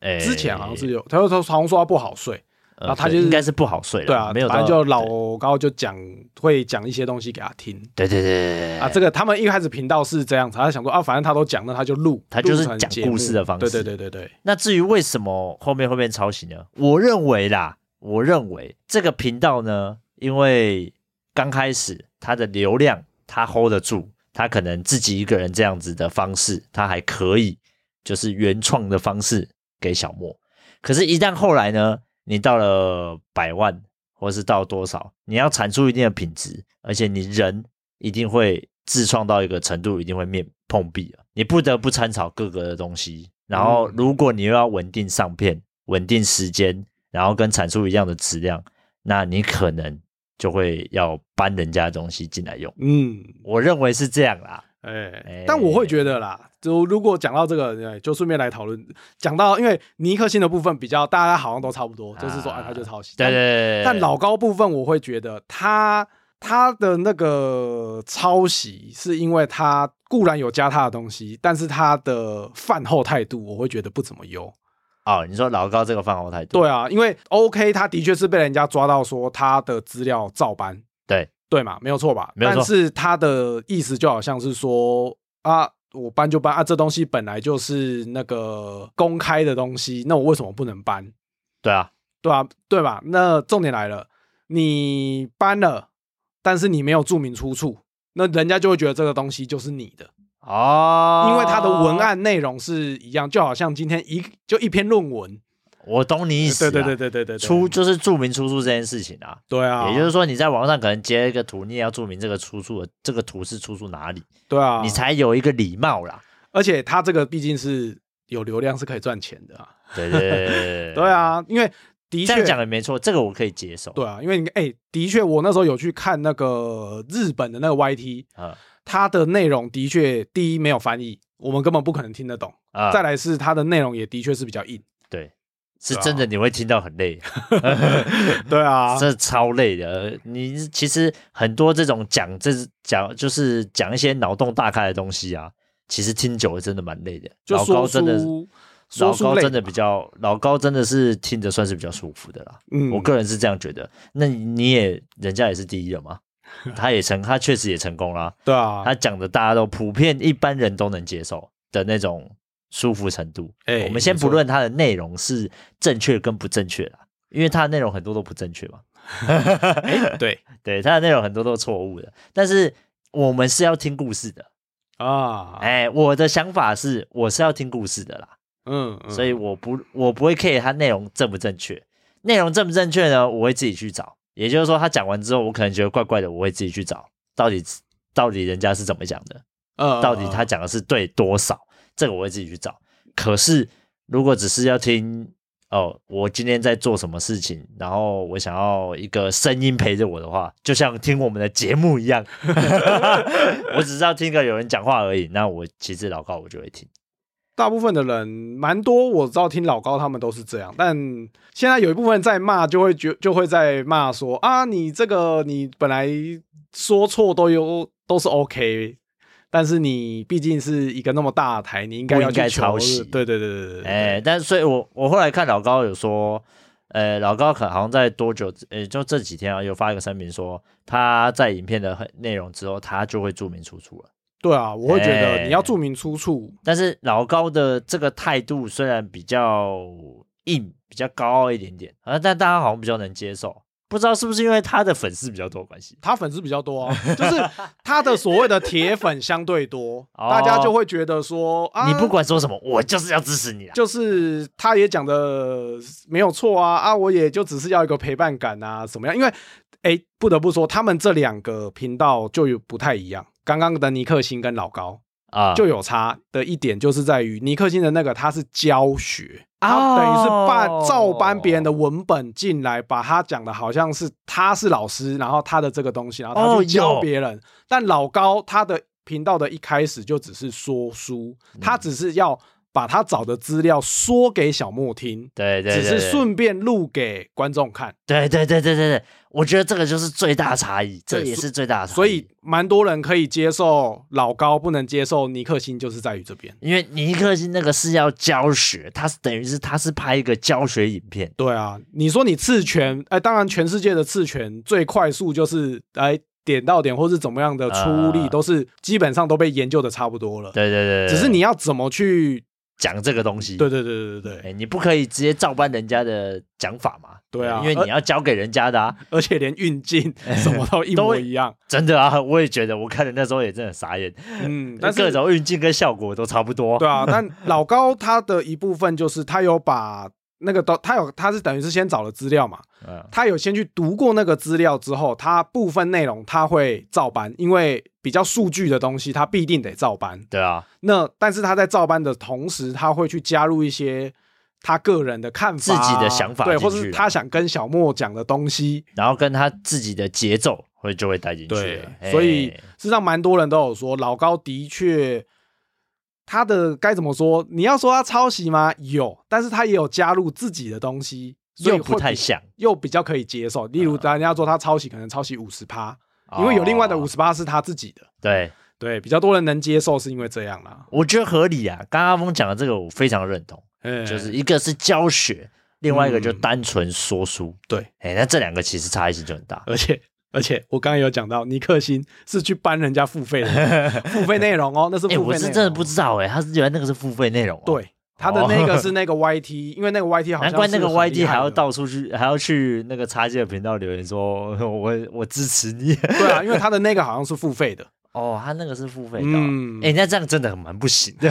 [SPEAKER 1] 哎，
[SPEAKER 2] 之前好像是有，他就说好像说他不好睡，
[SPEAKER 1] 呃，
[SPEAKER 2] 然后他
[SPEAKER 1] 对
[SPEAKER 2] 就是
[SPEAKER 1] 应该是不好睡了，
[SPEAKER 2] 对啊，
[SPEAKER 1] 哎没有到，
[SPEAKER 2] 反正就
[SPEAKER 1] 对
[SPEAKER 2] 老高就讲会讲一些东西给他听
[SPEAKER 1] 对对对对对
[SPEAKER 2] 啊。这个他们一开始频道是这样子，他想说啊，反正他都讲，那他就录，
[SPEAKER 1] 他就是
[SPEAKER 2] 录成
[SPEAKER 1] 讲
[SPEAKER 2] 节目
[SPEAKER 1] 故事的方式
[SPEAKER 2] 对对对对对，
[SPEAKER 1] 那至于为什么后面会变抄袭呢？我认为啦，我认为这个频道呢，因为刚开始它的流量它 hold 得住，它可能自己一个人这样子的方式，它还可以，就是原创的方式给小莫。可是，一旦后来呢，你到了百万或是到多少，你要产出一定的品质，而且你人一定会自创到一个程度，一定会面碰壁了。你不得不参考各个的东西，然后
[SPEAKER 2] 嗯
[SPEAKER 1] 如果你又要稳定上片、稳定时间，然后跟产出一样的质量，那你可能就会要搬人家的东西进来用。
[SPEAKER 2] 嗯，
[SPEAKER 1] 我认为是这样啦。
[SPEAKER 2] 哎、
[SPEAKER 1] 哎
[SPEAKER 2] 但我会觉得啦，就如果讲到这个，哎就顺便来讨论，讲到因为尼克星的部分比较，大家好像都差不多，就是说啊，他就抄袭，
[SPEAKER 1] 对对对对，对
[SPEAKER 2] 但老高部分，我会觉得他他的那个抄袭，是因为他固然有加他的东西，但是他的饭后态度，我会觉得不怎么优。
[SPEAKER 1] 哦，你说老高这个饭后态度，
[SPEAKER 2] 对啊，因为 OK，他的确是被人家抓到说他的资料照搬，
[SPEAKER 1] 对
[SPEAKER 2] 对嘛，没有错吧？
[SPEAKER 1] 没有错
[SPEAKER 2] 但是他的意思就好像是说啊。我搬就搬啊，这东西本来就是那个公开的东西，那我为什么不能搬？
[SPEAKER 1] 对啊，
[SPEAKER 2] 对啊，对吧？那重点来了，你搬了，但是你没有注明出处，那人家就会觉得这个东西就是你的，
[SPEAKER 1] 哦，
[SPEAKER 2] 因为它的文，案内容是一样，就好像今天一就一篇论文，
[SPEAKER 1] 我懂你意思、
[SPEAKER 2] 对
[SPEAKER 1] 啊，
[SPEAKER 2] 对对对对对，
[SPEAKER 1] 出
[SPEAKER 2] 对
[SPEAKER 1] 就是注明出处这件事情啊，
[SPEAKER 2] 对啊，
[SPEAKER 1] 也就是说你在网上可能截一个图，你也要注明这个出处的，这个图是出处哪里，
[SPEAKER 2] 对啊，
[SPEAKER 1] 你才有一个礼貌啦。
[SPEAKER 2] 而且他这个毕竟是有流量是可以赚钱的啊，
[SPEAKER 1] 对对对对
[SPEAKER 2] 对，啊，因为的
[SPEAKER 1] 这样
[SPEAKER 2] 确
[SPEAKER 1] 讲也没错，这个我可以接受。
[SPEAKER 2] 对啊，因为你哎、的确我那时候有去看那个日本的那个 YT，
[SPEAKER 1] 啊
[SPEAKER 2] 它的内容的确第一没有翻译，我们根本不可能听得懂。
[SPEAKER 1] 啊，
[SPEAKER 2] 再来啊是它的内容也的确是比
[SPEAKER 1] [laughs]
[SPEAKER 2] 较硬，
[SPEAKER 1] 对，是真的你会听到很累，
[SPEAKER 2] 对啊
[SPEAKER 1] 这超累的。你其实很多这种讲这讲就是讲一些脑洞大开的东西啊，其实听久了真的蛮累的。
[SPEAKER 2] 就
[SPEAKER 1] 老
[SPEAKER 2] 说
[SPEAKER 1] 高真的
[SPEAKER 2] 书，
[SPEAKER 1] 老
[SPEAKER 2] 说书
[SPEAKER 1] 高
[SPEAKER 2] 类
[SPEAKER 1] 真的
[SPEAKER 2] 嘛
[SPEAKER 1] 比较，老高真的是听着算是比较舒服的啦。
[SPEAKER 2] 嗯，
[SPEAKER 1] 我个人是这样觉得。那你你也人家也是第一了
[SPEAKER 2] [laughs]
[SPEAKER 1] 嘛，他也成，他确实也成功啦。
[SPEAKER 2] 对啊，
[SPEAKER 1] 他讲的大家都普遍一般人都能接受的那种舒服程度。
[SPEAKER 2] 哎
[SPEAKER 1] 我们先
[SPEAKER 2] 没
[SPEAKER 1] 不
[SPEAKER 2] 错
[SPEAKER 1] 论它的内容是正确跟不正确啦，因为它的内容很多都不正确嘛。
[SPEAKER 2] 对
[SPEAKER 1] 对，它的内容很多都错误的。但是我们是要听故事的。
[SPEAKER 2] 啊，
[SPEAKER 1] 哎、我的想法是，我是要听故事的啦。
[SPEAKER 2] 嗯，嗯
[SPEAKER 1] 所以我不我不会 care 它内容正不正确，内容正不正确呢，我会自己去找。也就是说，他讲完之后，我可能觉得怪怪的，我会自己去找到底到底人家是怎么讲的，
[SPEAKER 2] 呃
[SPEAKER 1] 到底他讲的是对多少，这个我会自己去找。可是如果只是要听哦，我今天在做什么事情，然后我想要一个声音陪着我的话，就像听我们的节目一样， [laughs] 我只是要听个有人讲话而已。那我其实老高我就会听。
[SPEAKER 2] 大部分的人蛮多，我知道听老高他们都是这样，但现在有一部分在骂，就会觉就会在骂说啊，你这个你本来说错都有都是 OK，但是你毕竟是一个那么大的台，你应该
[SPEAKER 1] 不
[SPEAKER 2] 要
[SPEAKER 1] 应该
[SPEAKER 2] 去求
[SPEAKER 1] 抄袭
[SPEAKER 2] 对对对对对对，
[SPEAKER 1] 哎、但所以我我后来看老高有说，呃，老高可能好像在多久，呃，就这几天啊，有发一个声明说，他在影片的很内容之后，他就会注明出处了。
[SPEAKER 2] 对啊，我会觉得
[SPEAKER 1] 哎
[SPEAKER 2] 你要注明出处，
[SPEAKER 1] 但是老高的这个态度虽然比较硬，比较高傲一点点啊，但大家好像比较能接受，不知道是不是因为他的粉丝比较多的关系。
[SPEAKER 2] 他粉丝比较多啊， [laughs] 就是他的所谓的铁粉相对多，
[SPEAKER 1] [laughs] 哦
[SPEAKER 2] 大家就会觉得说啊，
[SPEAKER 1] 你不管说什么，我就是要支持你啊！
[SPEAKER 2] 就是他也讲的没有错啊啊，我也就只是要一个陪伴感啊，怎么样？因为哎，不得不说，他们这两个频道就有不太一样。刚刚的尼克星跟老高
[SPEAKER 1] 啊，
[SPEAKER 2] 就有差的一点，就是在于尼克星的那个他是教学，他
[SPEAKER 1] 哦
[SPEAKER 2] 等于是把照搬别人的文本进来，把他讲的好像是他是老师，然后他的这个东西，然后他
[SPEAKER 1] 哦
[SPEAKER 2] 去教
[SPEAKER 1] 有
[SPEAKER 2] 别人。但老高他的频道的一开始就只是说书，
[SPEAKER 1] 嗯
[SPEAKER 2] 他只是要把他找的资料说给小莫听，
[SPEAKER 1] 对对
[SPEAKER 2] 只
[SPEAKER 1] 对，
[SPEAKER 2] 是
[SPEAKER 1] 对
[SPEAKER 2] 顺便录给观众看，
[SPEAKER 1] 对对对对对对，我觉得这个就是最大差异，这也是最大差异。
[SPEAKER 2] 所以蛮多人可以接受老高，不能接受尼克星，就是在于这边。
[SPEAKER 1] 因为尼克星那个是要教学，他是等于是他是拍一个教学影片，
[SPEAKER 2] 对啊，你说你刺拳，哎，当然全世界的刺拳最快速就是哎点到点或是怎么样的出力，
[SPEAKER 1] 啊
[SPEAKER 2] 都是基本上都被研究的差不多了。
[SPEAKER 1] 对对对对，
[SPEAKER 2] 只是你要怎么去，
[SPEAKER 1] 讲这个东西，
[SPEAKER 2] 对对对对对对，
[SPEAKER 1] 哎，你不可以直接照搬人家的讲法嘛，
[SPEAKER 2] 对啊
[SPEAKER 1] 因
[SPEAKER 2] 嗯
[SPEAKER 1] 为你要教给人家的啊，
[SPEAKER 2] 而且连
[SPEAKER 1] [laughs]
[SPEAKER 2] 运镜什么都一模一样，
[SPEAKER 1] 真的啊，我也觉得，我看的那时候也真的傻眼，
[SPEAKER 2] 嗯，但
[SPEAKER 1] 各
[SPEAKER 2] 是
[SPEAKER 1] 种运镜跟效果都差不多，
[SPEAKER 2] 对啊，但老高他的一部分就是他有把那个都他有他是等于是先找了资料嘛，
[SPEAKER 1] 嗯，
[SPEAKER 2] 他有先去读过那个资料之后，他部分内容他会照搬，因为比较数据的东西他必定得照搬。
[SPEAKER 1] 对啊，
[SPEAKER 2] 那但是他在照搬的同时，他会去加入一些他个人的看法啊、
[SPEAKER 1] 自己的想法
[SPEAKER 2] 对，或
[SPEAKER 1] 进去
[SPEAKER 2] 是他想跟小莫讲的东西，
[SPEAKER 1] 然后跟他自己的节奏会就会带进去了，哎
[SPEAKER 2] 啊所以事实上蛮多人都有说，老高的确他的该怎么说？你要说他抄袭吗？有，但是他也有加入自己的东西，所以
[SPEAKER 1] 又
[SPEAKER 2] 会
[SPEAKER 1] 不太
[SPEAKER 2] 比
[SPEAKER 1] 像，
[SPEAKER 2] 又比较可以接受。例如，人家说他抄袭，可能抄袭五十趴，因为有另外的五
[SPEAKER 1] 哦
[SPEAKER 2] 十趴是他自己的，
[SPEAKER 1] 对。
[SPEAKER 2] 对，比较多人能接受是因为这样啦。
[SPEAKER 1] 我觉得合理啊。刚刚阿峰讲的这个我非常认同，
[SPEAKER 2] 嗯，
[SPEAKER 1] 就是一个是教学，另外一个就
[SPEAKER 2] 嗯
[SPEAKER 1] 单纯说书。
[SPEAKER 2] 对，呃
[SPEAKER 1] 哎、那这两个其实差异性就很大。
[SPEAKER 2] 而且而且我刚刚有讲到，尼克星是去搬人家付费
[SPEAKER 1] [laughs]
[SPEAKER 2] 的付费内容哦，那是付
[SPEAKER 1] 哎、
[SPEAKER 2] 费内容。
[SPEAKER 1] 我是真的不知道哎、他是原来那个是付费内容、啊。，
[SPEAKER 2] 对他的那个是那
[SPEAKER 1] [laughs]
[SPEAKER 2] 个 YT，因为那个 YT 好
[SPEAKER 1] 难
[SPEAKER 2] 像
[SPEAKER 1] 怪那
[SPEAKER 2] 是
[SPEAKER 1] 个
[SPEAKER 2] 很厉害
[SPEAKER 1] YD 还要
[SPEAKER 2] 的
[SPEAKER 1] 到处去，还要去那个插件频道留言说， [laughs] 我我支持你。 [laughs]
[SPEAKER 2] 对啊，因为他的那个好像是付费的，
[SPEAKER 1] 哦，他那个是付费的、啊。
[SPEAKER 2] 嗯，
[SPEAKER 1] 哎、那这样真的很蛮不行
[SPEAKER 2] [laughs]
[SPEAKER 1] 的，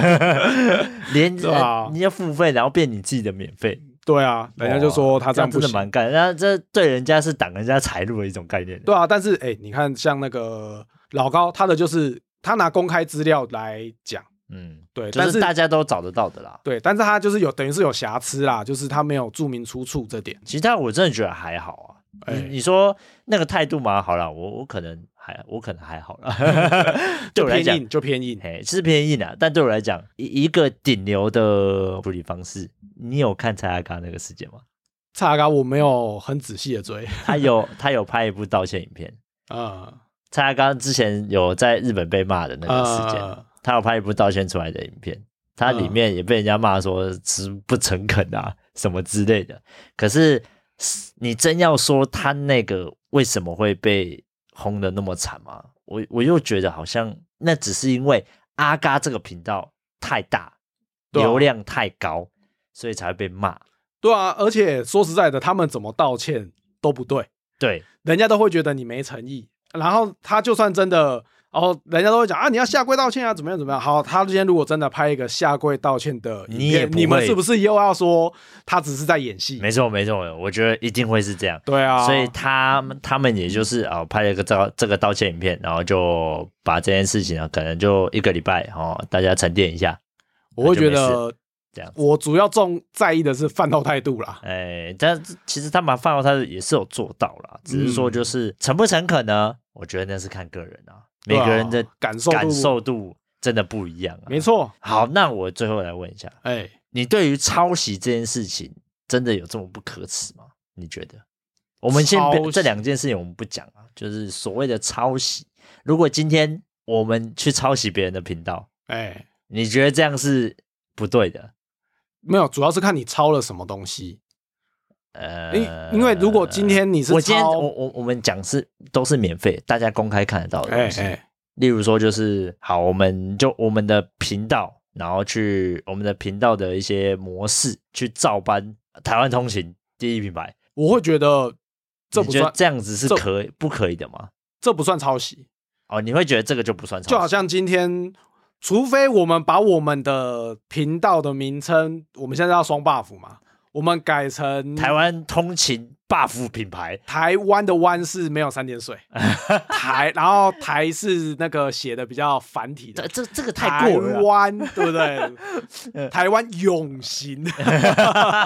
[SPEAKER 1] 连、呃
[SPEAKER 2] 对啊
[SPEAKER 1] 你要付费，然后变你自己的免费，
[SPEAKER 2] 对啊，人家就说他
[SPEAKER 1] 哦这
[SPEAKER 2] 这样
[SPEAKER 1] 样
[SPEAKER 2] 不
[SPEAKER 1] 真的
[SPEAKER 2] 行，
[SPEAKER 1] 蛮干。那这对人家是挡人家财路的一种概念。
[SPEAKER 2] 对啊，但是哎、你看像那个老高，他的就是他拿公开资料来讲，
[SPEAKER 1] 嗯，
[SPEAKER 2] 对，
[SPEAKER 1] 就
[SPEAKER 2] 但
[SPEAKER 1] 是大家都找得到的啦。
[SPEAKER 2] 对，但是他就是有等于是有瑕疵啦，就是他没有注明出处这点，
[SPEAKER 1] 其他我真的觉得还好啊。
[SPEAKER 2] 哎
[SPEAKER 1] 你你说那个态度嘛，好啦，我我可能还我可能还好
[SPEAKER 2] [laughs]
[SPEAKER 1] 啦，对
[SPEAKER 2] 就
[SPEAKER 1] 我来
[SPEAKER 2] 偏
[SPEAKER 1] 讲，
[SPEAKER 2] 硬就偏硬，
[SPEAKER 1] 哎，是偏硬啊，但对我来讲，一一个顶流的处理方式，你有看蔡阿嘎那个事件吗？
[SPEAKER 2] 差嘎我没有很仔细的追，
[SPEAKER 1] 他有他有拍一部道歉影片，
[SPEAKER 2] 嗯，
[SPEAKER 1] 蔡阿嘎之前有在日本被骂的那个事
[SPEAKER 2] [laughs]
[SPEAKER 1] 件，
[SPEAKER 2] 呃
[SPEAKER 1] 他有拍一部道歉出来的影片，
[SPEAKER 2] 嗯
[SPEAKER 1] 他里面也被人家骂说是不诚恳啊什么之类的。可是你真要说他那个为什么会被轰的那么惨吗？我我又觉得好像那只是因为阿嘎这个频道太大，
[SPEAKER 2] 对啊
[SPEAKER 1] 流量太高，所以才会被骂。
[SPEAKER 2] 对啊，而且说实在的，他们怎么道歉都不对，
[SPEAKER 1] 对，
[SPEAKER 2] 人家都会觉得你没诚意。然后他就算真的，哦，人家都会讲啊，你要下跪道歉啊，怎么样怎么样。好，他今天如果真的拍一个下跪道歉的影片，
[SPEAKER 1] 你也不会
[SPEAKER 2] 你们是不是又要说他只是在演戏？
[SPEAKER 1] 没错没错，我觉得一定会是这样。
[SPEAKER 2] 对啊，
[SPEAKER 1] 所以他们他们也就是啊、呃拍了一个道这个道歉影片，然后就把这件事情啊，可能就一个礼拜哦，大家沉淀一下
[SPEAKER 2] 我会觉
[SPEAKER 1] 那
[SPEAKER 2] 得
[SPEAKER 1] 这样子。
[SPEAKER 2] 我主要重在意的是饭后态度啦。
[SPEAKER 1] 哎，但其实他们饭后他也是有做到
[SPEAKER 2] 嗯
[SPEAKER 1] 啦，只是说就是诚不诚恳呢，我觉得那是看个人啊，每
[SPEAKER 2] 对啊
[SPEAKER 1] 个人的
[SPEAKER 2] 感受度
[SPEAKER 1] 感受度真的不一样啊。
[SPEAKER 2] 没。错，
[SPEAKER 1] 好，那我最后来问一下，
[SPEAKER 2] 哎，
[SPEAKER 1] 你对于抄袭这件事情真的有这么不可耻吗？你觉得？我们先
[SPEAKER 2] 抄
[SPEAKER 1] 不
[SPEAKER 2] 袭
[SPEAKER 1] 这两件事情我们不讲啊，就是所谓的抄袭。如果今天我们去抄袭别人的频道，
[SPEAKER 2] 哎，
[SPEAKER 1] 你觉得这样是不对的？
[SPEAKER 2] 没有，主要是看你抄了什么东西。
[SPEAKER 1] 呃，
[SPEAKER 2] 因因为如果今天你是
[SPEAKER 1] 我今天
[SPEAKER 2] 抄
[SPEAKER 1] 我我我们讲是都是免费，大家公开看得到的
[SPEAKER 2] 哎
[SPEAKER 1] 东西。
[SPEAKER 2] 哎，
[SPEAKER 1] 例如说，就是好，我们就我们的频道，然后去我们的频道的一些模式去照搬台湾通勤第一品牌，
[SPEAKER 2] 我会觉得这
[SPEAKER 1] 你
[SPEAKER 2] 不
[SPEAKER 1] 觉得
[SPEAKER 2] 算
[SPEAKER 1] 这样子是
[SPEAKER 2] 这
[SPEAKER 1] 可以不可以的吗？
[SPEAKER 2] 这不算抄袭，
[SPEAKER 1] 哦，你会觉得这个就不算抄袭？
[SPEAKER 2] 就好像今天，除非我们把我们的频道的名称，我们现在要双 buff 嘛，我们改成
[SPEAKER 1] 台湾通勤 buff 品牌，
[SPEAKER 2] 台湾的湾是没有三点
[SPEAKER 1] [laughs]
[SPEAKER 2] 水，台然后台是那个写的比较繁体
[SPEAKER 1] 这
[SPEAKER 2] 的。
[SPEAKER 1] 这这个太
[SPEAKER 2] 台
[SPEAKER 1] 过了啦。呃
[SPEAKER 2] 湾对
[SPEAKER 1] [laughs]
[SPEAKER 2] 不对？台湾永行，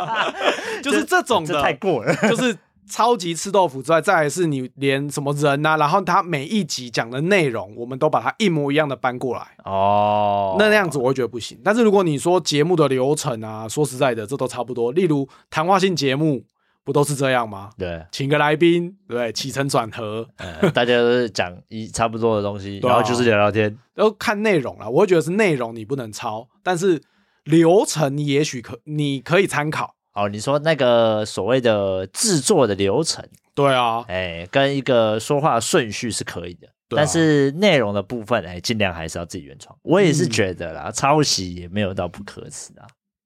[SPEAKER 2] [laughs] 就是这种
[SPEAKER 1] 这
[SPEAKER 2] 的，
[SPEAKER 1] 太过了，
[SPEAKER 2] 就是超级吃豆腐之外，再来是你连什么人啊，然后他每一集讲的内容，我们都把它一模一样的搬过来，
[SPEAKER 1] 哦，
[SPEAKER 2] 那那样子我会觉得不行。但是如果你说节目的流程啊，说实在的，这都差不多。例如谈话性节目，不都是这样吗？
[SPEAKER 1] 对，
[SPEAKER 2] 请个来宾，对不对？起承转合，
[SPEAKER 1] 呃大家都是讲一差不多的东西，
[SPEAKER 2] 对
[SPEAKER 1] 然
[SPEAKER 2] 啊
[SPEAKER 1] 后就是聊聊天，
[SPEAKER 2] 然后看内容啦，我会觉得是内容你不能抄，但是流程你也许可你可以参考。
[SPEAKER 1] 哦，你说那个所谓的制作的流程，
[SPEAKER 2] 对啊，
[SPEAKER 1] 哎，跟一个说话的顺序是可以的，
[SPEAKER 2] 对啊
[SPEAKER 1] 但是内容的部分，哎，尽量还是要自己原创。我
[SPEAKER 2] 嗯
[SPEAKER 1] 也是觉得啦，抄袭也没有到不可耻啊。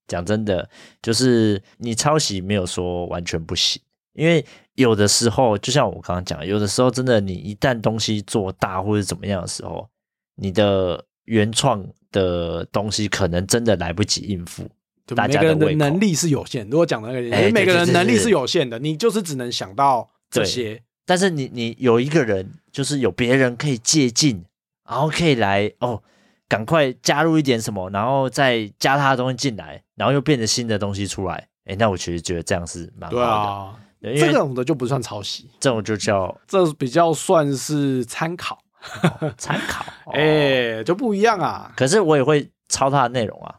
[SPEAKER 1] 讲真的，就是你抄袭没有说完全不行，因为有的时候，就像我刚刚讲，有的时候真的你一旦东西做大或者怎么样的时候，你的原创的东西可能真的来不及应付。
[SPEAKER 2] 就
[SPEAKER 1] 大
[SPEAKER 2] 每
[SPEAKER 1] 家的
[SPEAKER 2] 个人的
[SPEAKER 1] 胃口
[SPEAKER 2] 能力是有限。如果讲的那个，
[SPEAKER 1] 哎对
[SPEAKER 2] 每个
[SPEAKER 1] 对
[SPEAKER 2] 人
[SPEAKER 1] 对
[SPEAKER 2] 能力
[SPEAKER 1] 对
[SPEAKER 2] 是有限的，你就是只能想到这
[SPEAKER 1] 对
[SPEAKER 2] 些。
[SPEAKER 1] 但是你你有一个人，就是有别人可以借鉴，然后可以来哦，赶快加入一点什么，然后再加他的东西进来，然后又变得新的东西出来。哎，那我其实觉得这样是蛮好
[SPEAKER 2] 对
[SPEAKER 1] 的，
[SPEAKER 2] 啊，
[SPEAKER 1] 对因
[SPEAKER 2] 这
[SPEAKER 1] 为
[SPEAKER 2] 种的就不算抄袭，
[SPEAKER 1] 这种就叫
[SPEAKER 2] 这比较算是参考，
[SPEAKER 1] 参考。
[SPEAKER 2] [laughs] 哎、
[SPEAKER 1] 哎、
[SPEAKER 2] 就不一样啊。
[SPEAKER 1] 可是我也会抄他的内容啊，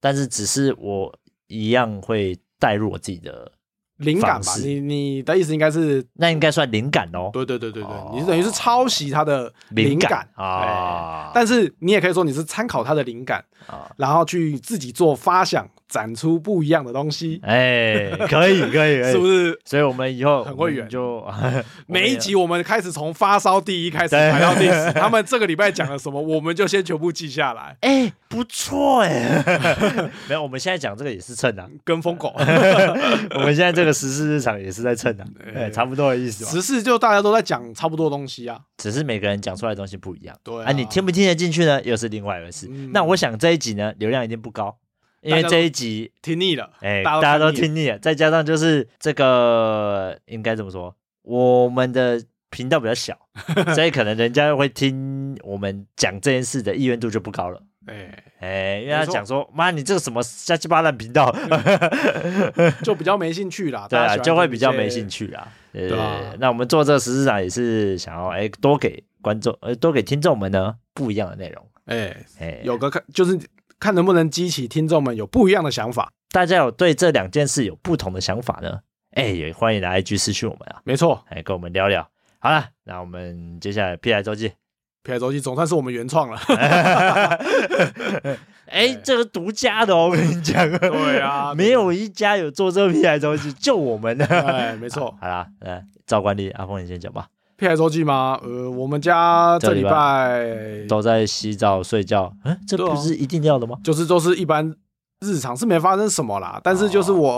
[SPEAKER 1] 但是只是我一样会带入我自己的，
[SPEAKER 2] 灵感吧
[SPEAKER 1] 方，式
[SPEAKER 2] 你你的意思应该是，
[SPEAKER 1] 那应该算灵感哦，
[SPEAKER 2] 对对对对对，
[SPEAKER 1] 哦
[SPEAKER 2] 你是等于是抄袭他的灵
[SPEAKER 1] 感
[SPEAKER 2] 哎
[SPEAKER 1] 啊。
[SPEAKER 2] 但是你也可以说你是参考他的灵感，
[SPEAKER 1] 啊
[SPEAKER 2] 然后去自己做发想，展出不一样的东西，
[SPEAKER 1] 哎、可以可以，可以
[SPEAKER 2] 是不是？
[SPEAKER 1] 所以我们以后
[SPEAKER 2] 很
[SPEAKER 1] 我
[SPEAKER 2] 会
[SPEAKER 1] 们
[SPEAKER 2] 圆
[SPEAKER 1] 就 [laughs]
[SPEAKER 2] 每一集我们开始从发烧第一开始排到第十， [laughs] 他们这个礼拜讲了什么，我们就先全部记下
[SPEAKER 1] [laughs]
[SPEAKER 2] 来，
[SPEAKER 1] 哎、不错哎、 [laughs] 没有，我们现在讲这个也是蹭啊， [laughs]
[SPEAKER 2] 跟风狗。
[SPEAKER 1] 我们现在这个时事日常也是在蹭啊，哎、
[SPEAKER 2] 哎
[SPEAKER 1] 差不多的意思吧。
[SPEAKER 2] 时事就大家都在讲差不多的东西啊，
[SPEAKER 1] 只是每个人讲出来的东西不一样，
[SPEAKER 2] 对
[SPEAKER 1] 啊，你听不听得进去呢，又是另外一回事。
[SPEAKER 2] 嗯
[SPEAKER 1] 那我想这一集呢，流量一定不高，因为
[SPEAKER 2] 大家都
[SPEAKER 1] 这一集。
[SPEAKER 2] 听腻了，
[SPEAKER 1] 哎、大
[SPEAKER 2] 大家
[SPEAKER 1] 家
[SPEAKER 2] 都
[SPEAKER 1] 都
[SPEAKER 2] 听
[SPEAKER 1] 听腻了，再加上就是这个应该怎么说，我们的频道比较
[SPEAKER 2] [laughs]
[SPEAKER 1] 小，所以可能人家会听我们讲这件事的意愿度就不高了。
[SPEAKER 2] 哎，
[SPEAKER 1] 哎，因为
[SPEAKER 2] 没
[SPEAKER 1] 他
[SPEAKER 2] 错
[SPEAKER 1] 讲说，妈，你这个什么瞎鸡巴烂频道， [laughs]
[SPEAKER 2] 就比较没兴趣啦。
[SPEAKER 1] 对
[SPEAKER 2] 大家
[SPEAKER 1] 啊，
[SPEAKER 2] 喜欢
[SPEAKER 1] 就会
[SPEAKER 2] 听
[SPEAKER 1] 比
[SPEAKER 2] 一
[SPEAKER 1] 较
[SPEAKER 2] 些
[SPEAKER 1] 没兴。趣啊。对
[SPEAKER 2] 对啊
[SPEAKER 1] 那我们做这个实事长也是想要哎多给观众呃多给听众们呢不一样的内容。
[SPEAKER 2] 哎，
[SPEAKER 1] 哎，
[SPEAKER 2] 有个看就是看能不能激起听众们有不一样的想法。
[SPEAKER 1] 大家有对这两件事有不同的想法呢，哎，也欢迎来 IG 私讯我们啊，
[SPEAKER 2] 没错，
[SPEAKER 1] 哎，跟我们聊聊。好了，那我们接下来 P 来周记。 [laughs]
[SPEAKER 2] 皮尔周记总算是我们原创了。
[SPEAKER 1] 哎，这个独家的哦，我跟你讲，
[SPEAKER 2] 对啊
[SPEAKER 1] 没有一家有做这个 P 来周记，就我们呢。
[SPEAKER 2] 哎，
[SPEAKER 1] [laughs]
[SPEAKER 2] 没错，
[SPEAKER 1] 好啦，呃，照惯例，阿峰你先讲吧。
[SPEAKER 2] 皮尔周记吗？呃，我们家这礼拜
[SPEAKER 1] 都在洗澡睡觉，嗯，这
[SPEAKER 2] 对啊
[SPEAKER 1] 不是一定要的吗？
[SPEAKER 2] 就是都是一般日常是没发生什么啦，但是就是我、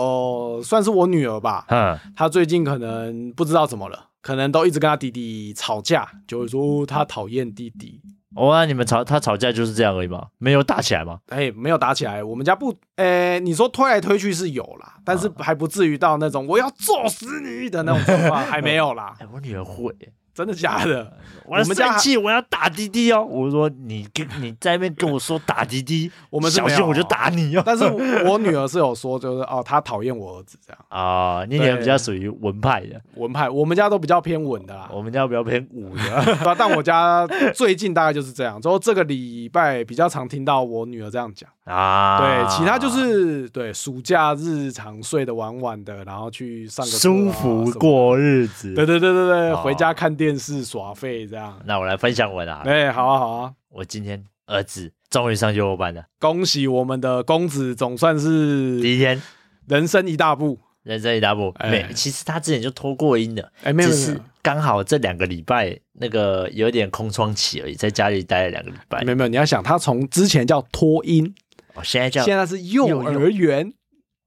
[SPEAKER 2] 呃算是我女儿吧，
[SPEAKER 1] 嗯，
[SPEAKER 2] 她最近可能不知道怎么了，可能都一直跟她弟弟吵架，就会说哦她讨厌弟弟。
[SPEAKER 1] 我让你们吵，他吵架就是这样而已嘛，没有打起来嘛。
[SPEAKER 2] 哎、没有打起来，我们家不，哎、你说推来推去是有啦，但是还不至于到那种我要揍死你的那种状况，还没有啦，
[SPEAKER 1] 哎，我女儿会，
[SPEAKER 2] 真的假的？
[SPEAKER 1] 我要
[SPEAKER 2] 我
[SPEAKER 1] 生
[SPEAKER 2] 们家
[SPEAKER 1] 气，我要打滴滴哦。我说你跟你在那边跟我说打滴滴，
[SPEAKER 2] [laughs] 我们是
[SPEAKER 1] 小
[SPEAKER 2] 没有啊
[SPEAKER 1] 心我就打你哦。
[SPEAKER 2] 但是我女儿是有说，就是哦，她讨厌我儿子这样，
[SPEAKER 1] 啊，你女儿
[SPEAKER 2] 对
[SPEAKER 1] 比较属于文派的，
[SPEAKER 2] 文派，我们家都比较偏文的啦，
[SPEAKER 1] 我们家比较偏武
[SPEAKER 2] [laughs]
[SPEAKER 1] 的。
[SPEAKER 2] 对吧但我家最近大概就是这样，之后这个礼拜比较常听到我女儿这样讲，
[SPEAKER 1] 啊，
[SPEAKER 2] 对，其他就是对暑假日常睡得晚晚的，然后去上个课啊
[SPEAKER 1] 舒服。过日子。
[SPEAKER 2] 什么的对对对对对，
[SPEAKER 1] 哦
[SPEAKER 2] 回家看电视耍废这样。
[SPEAKER 1] 那我来分享我的、啊，
[SPEAKER 2] 哎、好啊好啊，
[SPEAKER 1] 我今天儿子终于上幼儿班了，
[SPEAKER 2] 恭喜我们的公子总算
[SPEAKER 1] 第
[SPEAKER 2] 是
[SPEAKER 1] 一天
[SPEAKER 2] 人生一大步。
[SPEAKER 1] 人生一大步。
[SPEAKER 2] 哎
[SPEAKER 1] 没，其实他之前就脱过音了，
[SPEAKER 2] 哎、没有
[SPEAKER 1] 只
[SPEAKER 2] 没有
[SPEAKER 1] 是刚好这两个礼拜那个有点空窗期而已，在家里待了两个礼拜
[SPEAKER 2] 没。有没有，你要想他从之前叫托婴，
[SPEAKER 1] 哦，现在叫
[SPEAKER 2] 现在是幼儿园，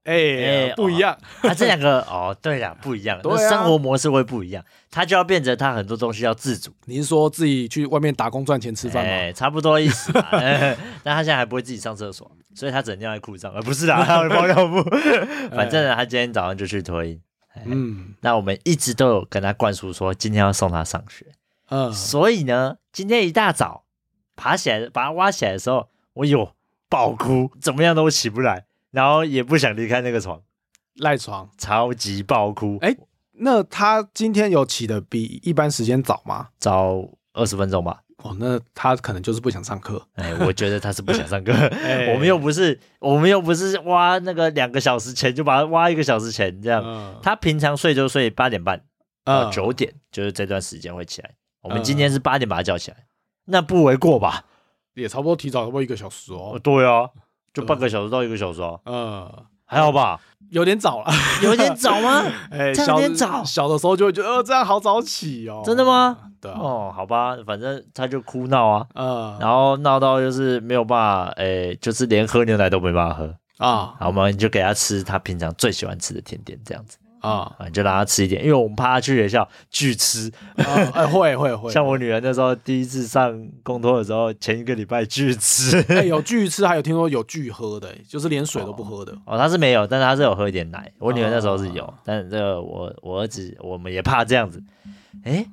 [SPEAKER 2] 哎、
[SPEAKER 1] 哎
[SPEAKER 2] 不一样。
[SPEAKER 1] 啊，这两个哦，对啦，不一样，
[SPEAKER 2] 对
[SPEAKER 1] 那
[SPEAKER 2] 啊
[SPEAKER 1] 生活模式会不一样，他就要变成他很多东西要自主，
[SPEAKER 2] 你是说自己去外面打工赚钱吃饭吗？
[SPEAKER 1] 哎，差不多意思啦。哎 [laughs] 但他现在还不会自己上厕所，所以他只能尿在裤上，而呃不是
[SPEAKER 2] [laughs]
[SPEAKER 1] 啦，他会包尿布。
[SPEAKER 2] 哎
[SPEAKER 1] 反正呢，他今天早上就去脱衣。
[SPEAKER 2] 嗯
[SPEAKER 1] 那我们一直都有跟他灌输说，今天要送他上学。
[SPEAKER 2] 嗯，
[SPEAKER 1] 所以呢，今天一大早爬起来，把他挖起来的时候，我有爆哭，怎么样都起不来，然后也不想离开那个床，
[SPEAKER 2] 赖床。
[SPEAKER 1] 超级爆哭。
[SPEAKER 2] 哎那他今天有起的比一般时间早吗？
[SPEAKER 1] 早二十分钟吧。
[SPEAKER 2] 哦，那他可能就是不想上课。 [laughs]
[SPEAKER 1] 哎，我觉得他是不想上课。[laughs]
[SPEAKER 2] 哎
[SPEAKER 1] 我们又不是，我们又不是挖那个两个小时前就把它挖一个小时前这样。
[SPEAKER 2] 嗯，
[SPEAKER 1] 他平常睡就睡八点半到
[SPEAKER 2] 嗯
[SPEAKER 1] 九点，就是这段时间会起来。我们
[SPEAKER 2] 嗯
[SPEAKER 1] 今天是八点把他叫起来，那不为过吧？
[SPEAKER 2] 也差不多提早差不多一个小时
[SPEAKER 1] 哦，
[SPEAKER 2] 哦。
[SPEAKER 1] 对啊，就半个小时到一个小时哦，
[SPEAKER 2] 嗯，
[SPEAKER 1] 还好吧？
[SPEAKER 2] 有点早
[SPEAKER 1] [laughs]
[SPEAKER 2] 了。
[SPEAKER 1] 有点早吗？
[SPEAKER 2] 哎，
[SPEAKER 1] 这样
[SPEAKER 2] 小
[SPEAKER 1] 有点早
[SPEAKER 2] 小的时候就会觉得，呃，这样好早起哦。
[SPEAKER 1] 真的吗？
[SPEAKER 2] 对
[SPEAKER 1] [laughs]
[SPEAKER 2] 啊。
[SPEAKER 1] 哦，好吧，反正他就哭闹啊，
[SPEAKER 2] 嗯
[SPEAKER 1] 然后闹到就是没有办法，哎，就是连喝牛奶都没办法喝。
[SPEAKER 2] 啊
[SPEAKER 1] 好，我们就给他吃他平常最喜欢吃的甜点，这样子
[SPEAKER 2] 啊
[SPEAKER 1] 啊，你就让他吃一点，因为我们怕他去学校巨吃。
[SPEAKER 2] 啊！哎，会会会。
[SPEAKER 1] 像我女儿那时候第一次上公托的时候，前一个礼拜巨吃。 [laughs]
[SPEAKER 2] 哎，有剧吃，还有听说有剧喝的，就是连水都不喝的。
[SPEAKER 1] 哦，她是没有，但是她是有喝一点奶。我女儿那时候是有，
[SPEAKER 2] 哦
[SPEAKER 1] 但这个我我儿子我们也怕这样子。诶，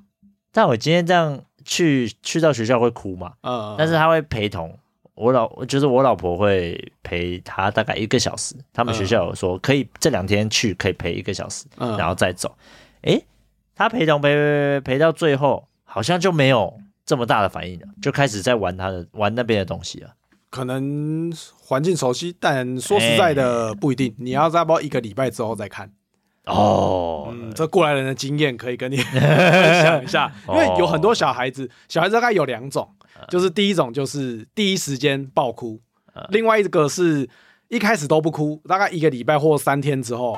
[SPEAKER 1] 但我今天这样去去到学校会哭嘛？
[SPEAKER 2] 嗯，
[SPEAKER 1] 哦但是他会陪同我老，就是我老婆会陪他大概一个小时。他们学校有说可以这两天去可以陪一个小时，
[SPEAKER 2] 嗯
[SPEAKER 1] 然后再走。诶，他陪同陪陪陪陪到最后，好像就没有这么大的反应了，就开始在玩他的玩那边的东西了。
[SPEAKER 2] 可能环境熟悉，但说实在
[SPEAKER 1] 哎
[SPEAKER 2] 的不一定。你要再包一个礼拜之后再看。
[SPEAKER 1] 哦，
[SPEAKER 2] 嗯，这过来人的经验可以跟你 [laughs] 分享一下，
[SPEAKER 1] 哦
[SPEAKER 2] 因为有很多小孩子，小孩子大概有两种，
[SPEAKER 1] 嗯
[SPEAKER 2] 就是第一种就是第一时间爆哭，
[SPEAKER 1] 嗯
[SPEAKER 2] 另外一个是一开始都不哭，大概一个礼拜或三天之后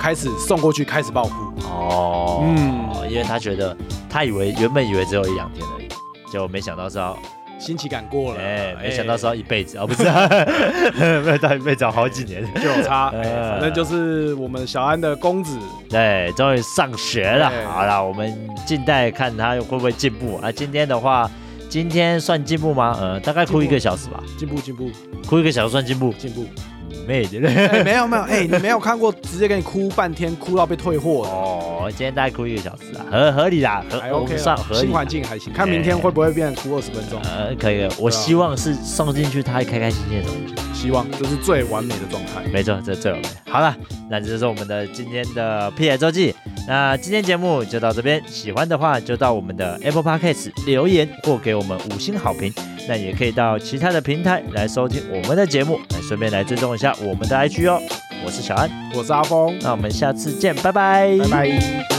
[SPEAKER 2] 开始送过去开始爆哭。
[SPEAKER 1] 哦，嗯，
[SPEAKER 2] 嗯
[SPEAKER 1] 因为他觉得他以为原本以为只有一两天而已，结果没想到是要，
[SPEAKER 2] 新奇感过了，
[SPEAKER 1] 哎、没想到是要
[SPEAKER 2] 哎
[SPEAKER 1] 一辈子哦，不是、 [laughs] 啊，没有到一辈子，好几年。
[SPEAKER 2] 就有差，
[SPEAKER 1] [laughs] 哎
[SPEAKER 2] 哎反正就是我们小安的公子，
[SPEAKER 1] 对，哎终于上学了
[SPEAKER 2] 对。
[SPEAKER 1] 好了，我们静待看他会不会进步啊。今天的话，今天算进步吗？呃，大概哭一个小时吧，
[SPEAKER 2] 进步进步
[SPEAKER 1] 哭一个小时算进步，
[SPEAKER 2] 进步。
[SPEAKER 1] 妹的。
[SPEAKER 2] [laughs] 哎，没有没有，哎，你没有看过直接给你哭半天，哭到被退货的。
[SPEAKER 1] [laughs] 哦，今天大概哭一个小时啊，合合理啦，合
[SPEAKER 2] 还
[SPEAKER 1] 我
[SPEAKER 2] OK，
[SPEAKER 1] 们
[SPEAKER 2] 啦
[SPEAKER 1] 算合哎
[SPEAKER 2] 新
[SPEAKER 1] 理。
[SPEAKER 2] 环境还行，看明天会不会变成哭二十分钟，
[SPEAKER 1] 呃，可以，我
[SPEAKER 2] 对啊
[SPEAKER 1] 希望是送进去，他会开开心心的走进去。
[SPEAKER 2] 希望这是最完美的状态。
[SPEAKER 1] 没错，这最完美。好了，那这就是我们的今天的屁眼周记。那今天节目就到这边，喜欢的话就到我们的 Apple Podcast 留言或给我们五星好评。那也可以到其他的平台来收听我们的节目，来顺便来追踪一下我们的 IG 哦。我是小安，
[SPEAKER 2] 我是阿峰，
[SPEAKER 1] 那我们下次见，拜
[SPEAKER 2] 拜拜。